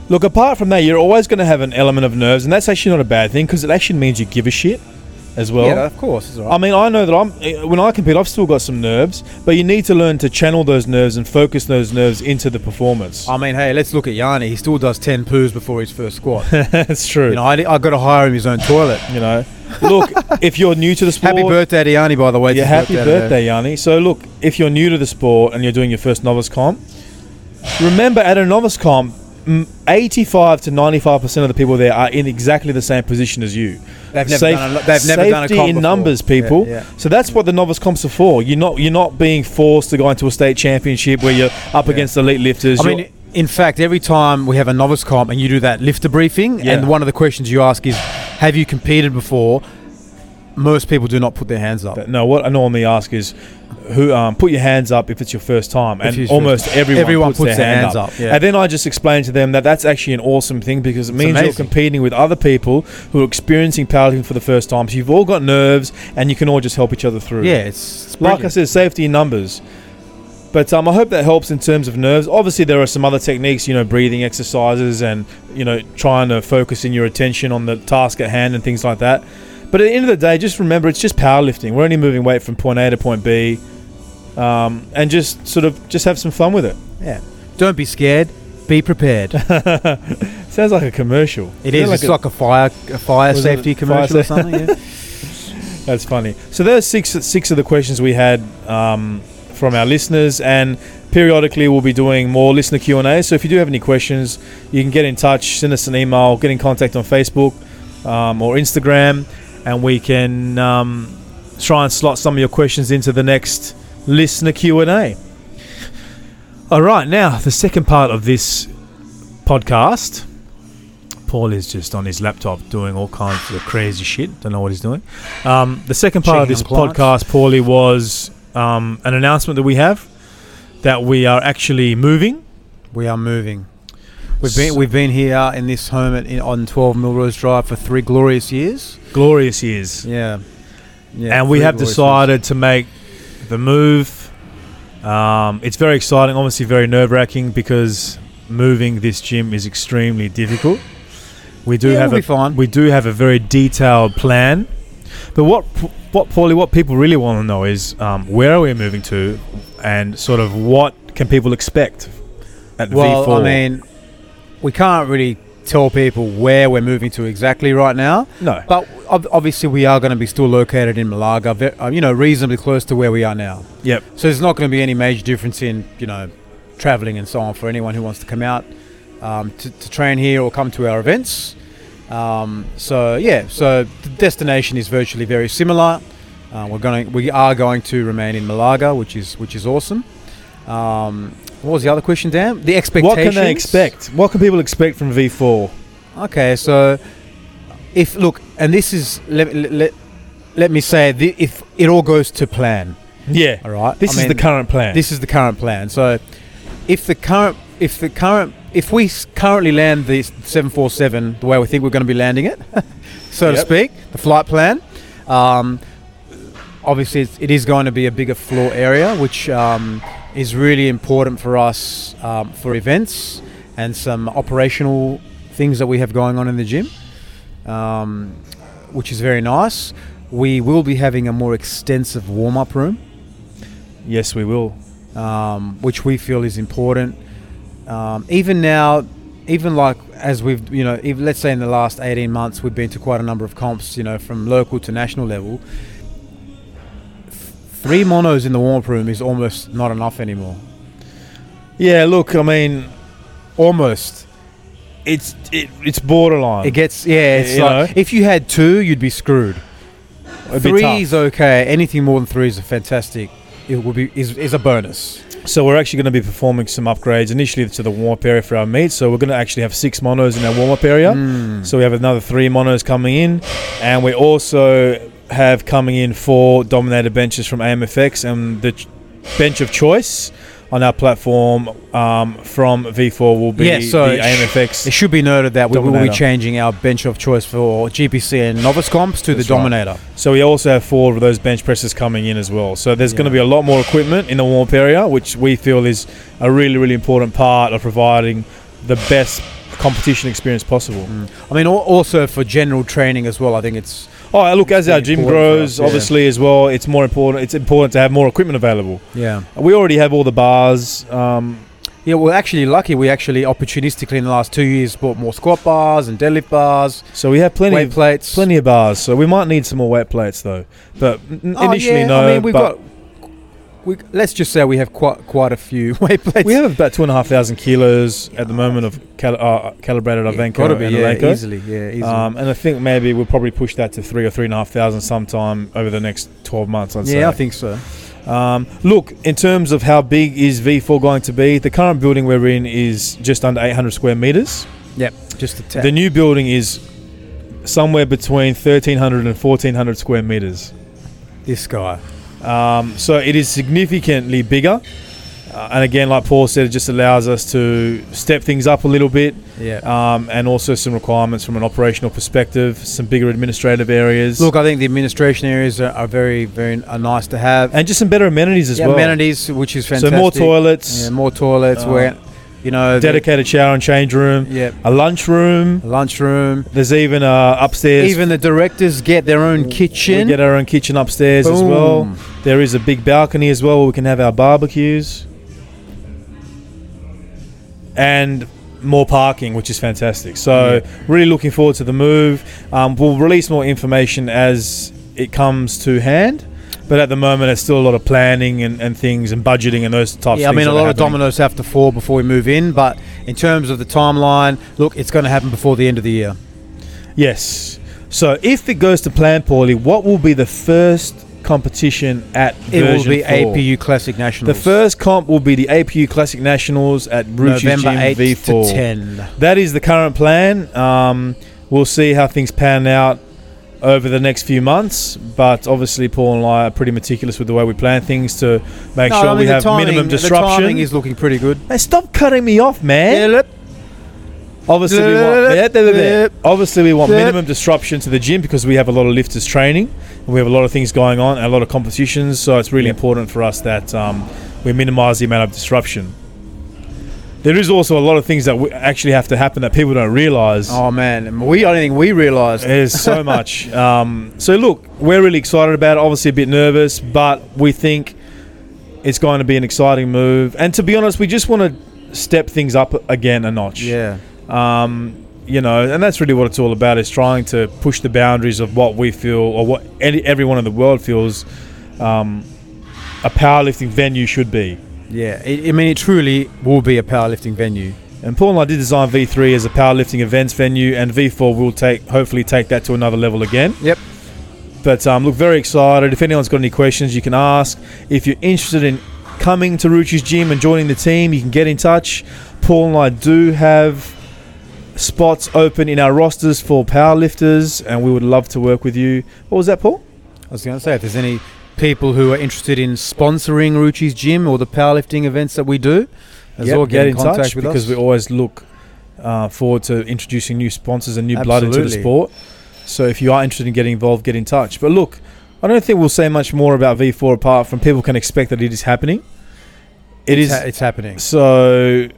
B: Look, apart from that, you're always going to have an element of nerves, and that's actually not a bad thing because it actually means you give a shit as well.
C: yeah, of course. It's all right.
B: I mean, I know that I'm eh, when I compete, I've still got some nerves, but you need to learn to channel those nerves and focus those nerves into the performance.
C: I mean, hey, let's look at Yanni. He still does 10 poos before his first
B: [LAUGHS]
C: squat.
B: [LAUGHS]
C: you
B: that's true. You
C: know,
B: know,
C: I, I got to hire him his own toilet.
B: look, if you're new to the sport,
C: [LAUGHS] Happy birthday to Yanni, by the way. It's
B: Yeah,
C: his
B: happy
C: today.
B: birthday, Yanni. So, look, if you're new to the sport and you're doing your first novice comp, remember at a novice comp, mm, 85 to 95% of the people there are in exactly the same position as you.
C: They've never done a lo- they've never
B: safety
C: done a comp
B: in
C: before.
B: numbers, people.
C: Yeah, yeah.
B: So that's what the novice comps are for. You're not you're not being forced to go into a state championship where you're up against elite lifters.
C: I
B: You're-
C: mean, in fact, every time we have a novice comp and you do that lifter briefing,
B: Yeah.
C: and one of the questions you ask is, have you competed before? Most people do not put their hands up.
B: But no, what I normally ask is, who um, put your hands up if it's your first time, and
C: it's your
B: almost
C: first-
B: everyone,
C: everyone
B: puts, their, hands up.
C: yeah.
B: And then I just explain to them that that's actually an awesome thing because it means you're
C: amazing.
B: competing with other people who are experiencing powerlifting for the first time. So you've all got nerves, and you can all just help each other through.
C: Yeah, it's, it's
B: like I said, safety in numbers. But um, I hope that helps in terms of nerves. Obviously, there are some other techniques, you know, breathing exercises and, you know, trying to focus in your attention on the task at hand and things like that. But at the end of the day, just remember it's just powerlifting. We're only moving weight from point A to point B. Um, and just sort of just have some fun with it. [LAUGHS]
C: yeah. Don't be scared. Be prepared.
B: Sounds like a commercial.
C: It
B: Sounds
C: is.
B: like
C: it's
B: a-
C: like a fire, a fire
B: Was it
C: safety
B: a fire
C: commercial or something.
B: [LAUGHS]
C: Yeah.
B: That's funny. So there's six six of the questions we had um, from our listeners, and periodically we'll be doing more listener Q and A. So if you do have any questions, you can get in touch, send us an email, get in contact on Facebook um, or Instagram, and we can um, try and slot some of your questions into the next listener Q and A. All right, now the second part of this podcast. Paul is just on his laptop doing all kinds of crazy shit. Don't know what he's doing. Um, the second part of
C: Checking
B: this
C: on
B: podcast,
C: clients.
B: Paulie, was um, an announcement that we have that we are actually moving.
C: we are moving. We've been we've been here in this home at, in, on 12 Melrose Drive for three glorious years.
B: Glorious years.
C: Yeah. yeah
B: and we
C: three
B: have
C: glorious
B: decided to make the move. Um, it's very exciting, obviously very nerve wracking because moving this gym is extremely difficult. We do
C: Yeah,
B: have
C: we'll
B: a
C: be fine.
B: we do have a very detailed plan, but what what Paulie, what people really want to know is um, where are we moving to, and sort of what can people expect at
C: years. Well,
B: V4?
C: I mean, we can't really tell people where we're moving to exactly right now.
B: no,
C: But ob- obviously, we are going to be still located in Malaga, ve- uh, you know, reasonably close to where we are now.
B: yep,
C: So there's not going to be any major difference in you know traveling and so on for anyone who wants to come out um, to, to train here or come to our events. Um, so yeah, so the destination is virtually very similar. Uh, we're going, we are going to remain in Malaga, which is which is awesome. Um, what was the other question, Dan? The
B: what
C: expectations.
B: can they expect? What can people expect from V4?
C: Okay, so if look, and this is let let, let me say the, if it all goes to plan,
B: Yeah,
C: all right.
B: this
C: I
B: is
C: mean,
B: the current plan.
C: this is the current plan. So, if the current, if the current, if we s- currently land the 747 the way we think we're going to be landing it, [LAUGHS] so to
B: Yep.
C: speak, the flight plan, um, obviously it's, it is going to be a bigger floor area, which um, is really important for us um, for events and some operational things that we have going on in the gym, um, which is very nice. We will be having a more extensive warm up room
B: yes, we will.
C: um, which we feel is important. Um, even now, even like as we've, you know, if, let's say in the last 18 months, we've been to quite a number of comps, you know, from local to national level. Th- Three monos in the warm up room is almost not enough anymore.
B: Yeah, look, I mean,
C: Almost.
B: it's it, it's borderline.
C: It gets, yeah, it's
B: You
C: like,
B: know?
C: if you had two, you'd be screwed.
B: It'd be
C: Three
B: tough.
C: is okay. Anything more than three is a fantastic. It will be is, is a bonus.
B: So we're actually going to be performing some upgrades initially to the warm up area for our meet. So we're going to actually have six monos in our warm up area.
C: Hmm.
B: So we have another three monos coming in, and we also have coming in four dominator benches from AMFX and the ch- bench of choice on our platform um, from V4 will be
C: Yeah, so
B: the
C: it sh-
B: AMFX.
C: It should be noted that we will be
B: Dominator.
C: changing our bench of choice for GPC and novice comps to
B: That's
C: the
B: right.
C: Dominator.
B: So we also have four of those bench presses coming in as well. So there's going
C: Yeah.
B: to be a lot more equipment in the warm-up area, which we feel is a really, really important part of providing the best competition experience possible.
C: I mean, al- also for general training as well. I think it's
B: Oh, and look, as our
C: Really
B: gym
C: important for
B: grows,
C: us, yeah.
B: obviously as well, it's more important. It's important to have more equipment available.
C: yeah,
B: We already have all the bars. Um,
C: yeah. We're actually lucky. We actually opportunistically in the last two years bought more squat bars and deadlift bars,
B: so we have plenty
C: weight
B: of
C: plates.
B: plenty of bars. So we might need some more wet plates though. But n-
C: Oh,
B: initially,
C: yeah,
B: no.
C: I mean, we've
B: but
C: got. We, let's just say we have quite quite a few [LAUGHS] weight plates.
B: we have about two and a half thousand kilos at the moment of cal- uh, calibrated
C: Yeah,
B: Avenco
C: gotta be,
B: and
C: yeah,
B: Elenco.
C: easily, yeah, easily.
B: Um, and I think maybe we'll probably push that to three or three and a half thousand sometime over the next 12 months, I'd
C: yeah,
B: say.
C: I think so.
B: Um, look, in terms of how big is V4 going to be, the current building we're in is just under 800 square meters.
C: Yep, just a tad.
B: The new building is somewhere between 1,300 and 1,400 square meters.
C: This guy.
B: Um, so it is significantly bigger. Uh, and again, like Paul said, it just allows us to step things up a little bit
C: Yeah.
B: um, and also some requirements from an operational perspective, some bigger administrative areas.
C: Look, I think the administration areas are, are very, very are nice to have.
B: and just some better amenities as
C: Yeah,
B: well.
C: amenities, which is
B: So
C: fantastic.
B: more toilets,
C: Yeah, more toilets.
B: Uh,
C: where, you know, the-
B: dedicated shower and change room,
C: Yeah,
B: a lunch room.
C: lunchroom.
B: There's even uh, upstairs.
C: Even the directors get their own
B: we
C: kitchen.
B: get our own kitchen upstairs as well.
C: Boom.
B: There is a big balcony as well where we can have our barbecues. And more parking, which is fantastic. So, really looking forward to the move. Um, we'll release more information as it comes to hand. But at the moment, it's still a lot of planning and, and things and budgeting and those types
C: Yeah, I
B: of things.
C: mean,
B: that
C: a
B: are
C: lot of
B: happening.
C: dominoes have to fall before we move in, but in terms of the timeline, look, it's going to happen before the end of the year.
B: Yes. So, if it goes to plan, Paulie, what will be the first competition at
C: It will
B: version
C: be
B: four?
C: APU Classic
B: The
C: Nationals.
B: first comp will be the APU Classic Nationals at Ruchi's
C: November
B: Gym
C: 8
B: V4.
C: to 10.
B: That is the current plan. Um, we'll see how things pan out over the next few months, but obviously Paul and I are pretty meticulous with the way we plan things to make
C: No,
B: sure
C: I mean,
B: we
C: the
B: have
C: timing-
B: minimum
C: The
B: disruption.
C: timing is looking pretty good.
B: Hey, stop cutting me off, man.
C: look,
B: Obviously, we
C: Yep,
B: want,
C: yep.
B: obviously we want
C: Yep.
B: minimum disruption to the gym because we have a lot of lifters training and we have a lot of things going on and a lot of competitions. So it's really important for us that um, we minimize the amount of disruption. There is also a lot of things that we actually have to happen that people don't realize.
C: Oh man, we I don't think we realised.
B: There's
C: [LAUGHS]
B: so much. Um, so look, we're really excited about it. Obviously, a bit nervous, but we think it's going to be an exciting move. And to be honest, we just want to step things up again a notch
C: Yeah,
B: um, you know, and that's really what it's all about is trying to push the boundaries of what we feel or what any, everyone in the world feels um, a powerlifting venue should be.
C: yeah. I I mean, it truly will be a powerlifting venue.
B: And Paul and I did design V3 as a powerlifting events venue, and V4 will take hopefully take that to another level again.
C: Yep.
B: But um, look, very excited. If anyone's got any questions, you can ask. If you're interested in coming to Ruchi's gym and joining the team, you can get in touch. Paul and I do have spots open in our rosters for powerlifters, and we would love to work with you. What was that, Paul?
C: I was going to say, if there's any people who are interested in sponsoring Ruchi's gym or the powerlifting events that we do, as
B: Yep,
C: well, get, in contact with
B: because
C: us.
B: we always look uh, forward to introducing new sponsors and new blood into the
C: Absolutely.
B: sport. So if you are interested in getting involved, get in touch. But look, I don't think we'll say much more about V4 apart from people can expect that it is happening. It
C: it's,
B: is
C: ha- it's happening.
B: So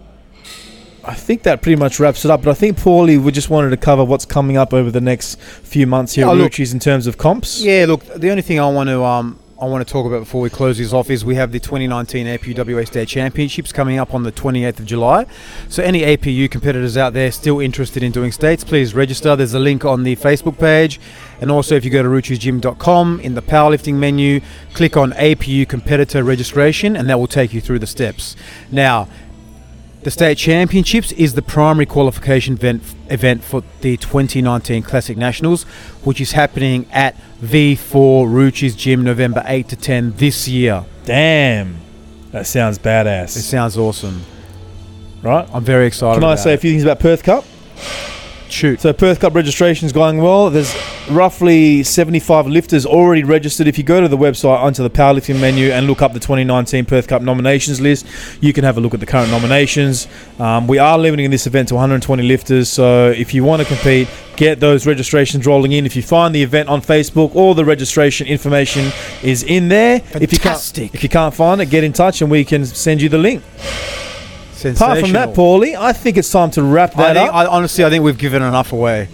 B: I think that pretty much wraps it up. But I think Paulie, we just wanted to cover what's coming up over the next few months here
C: Oh,
B: at
C: look.
B: Ruchi's in terms of comps.
C: Yeah, look, the only thing I want to um I want to talk about before we close this off is we have the 2019 APUWA State Championships coming up on the 28th of July. So any APU competitors out there still interested in doing states, please register. There's a link on the Facebook page, and also if you go to ruchusgym.com in the powerlifting menu, click on APU competitor registration, and that will take you through the steps. Now. The state championships is the primary qualification event, event for the 2019 Classic Nationals, which is happening at V4 Ruchi's Gym November 8 to 10 this year.
B: Damn. That sounds
C: It
B: badass.
C: sounds awesome.
B: Right?
C: I'm very excited.
B: Can I
C: about
B: say a
C: it.
B: few things about Perth Cup?
C: shoot?
B: So Perth Cup registration is going well. There's roughly 75 lifters already registered. If you go to the website onto the powerlifting menu and look up the 2019 Perth Cup nominations list, you can have a look at the current nominations. Um, we are limiting this event to 120 lifters, so if you want to compete, get those registrations rolling in. If you find the event on Facebook, all the registration information is in there. If you can't,
C: Fantastic.
B: if you can't find it, get in touch and we can send you the link. Apart from that,
C: Sensational.
B: Paulie, I think it's time to wrap
C: I,
B: that
C: think,
B: up.
C: I honestly I think we've given enough away.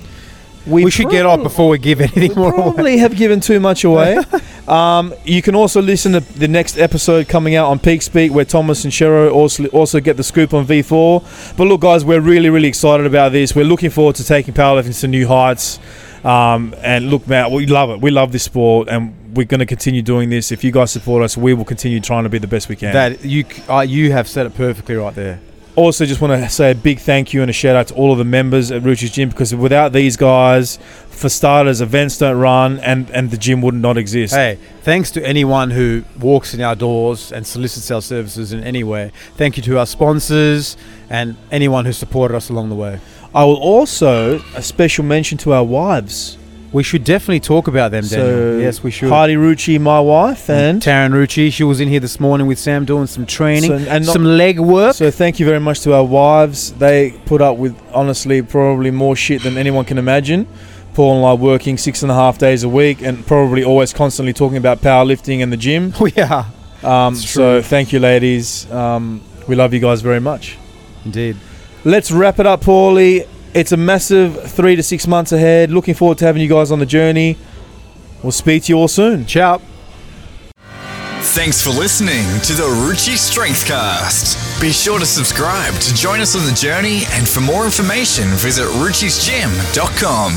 C: We, should get
B: probably-
C: off before we give [LAUGHS] anything more away.
B: probably have given too much away. um, you can also listen to the next episode coming out on Peak Speak, where Thomas and Shero also also get the scoop on V4. But look, guys, we're really really excited about this. We're looking forward to taking powerlifting to new heights. Um, and look, Matt, we love it. We love this sport, and we're going to continue doing this. If you guys support us, we will continue trying to be the best we can.
C: That you c- uh, you have said it perfectly right there.
B: Also, just want to say a big thank you and a shout out to all of the members at Ruchi's Gym because without these guys, for starters, events don't run and, and the gym would not exist.
C: Hey, thanks to anyone who walks in our doors and solicits our services in any way. Thank you to our sponsors and anyone who supported us along the way.
B: I will also a special mention to our wives.
C: We should definitely talk about them, Daniel. yes, we should.
B: Heidi Rucci, my wife, and
C: Taryn Rucci, she was in here this morning with Sam doing some training,
B: So- and not-
C: some leg work. [LAUGHS]
B: so thank you very much to our wives. They put up with honestly probably more shit than anyone can imagine. Paul and I working six and a half days a week, and probably always constantly talking about powerlifting and the gym.
C: oh yeah,
B: Um,
C: It's
B: so thank you, ladies. Um, we love you guys very much.
C: indeed.
B: Let's wrap it up, Paulie. It's a massive three to six months ahead. Looking forward to having you guys on the journey. We'll speak to you all soon.
C: Ciao.
A: Thanks for listening to the Ruchi Strength Cast. Be sure to subscribe to join us on the journey, and for more information, visit ruchisgym.com.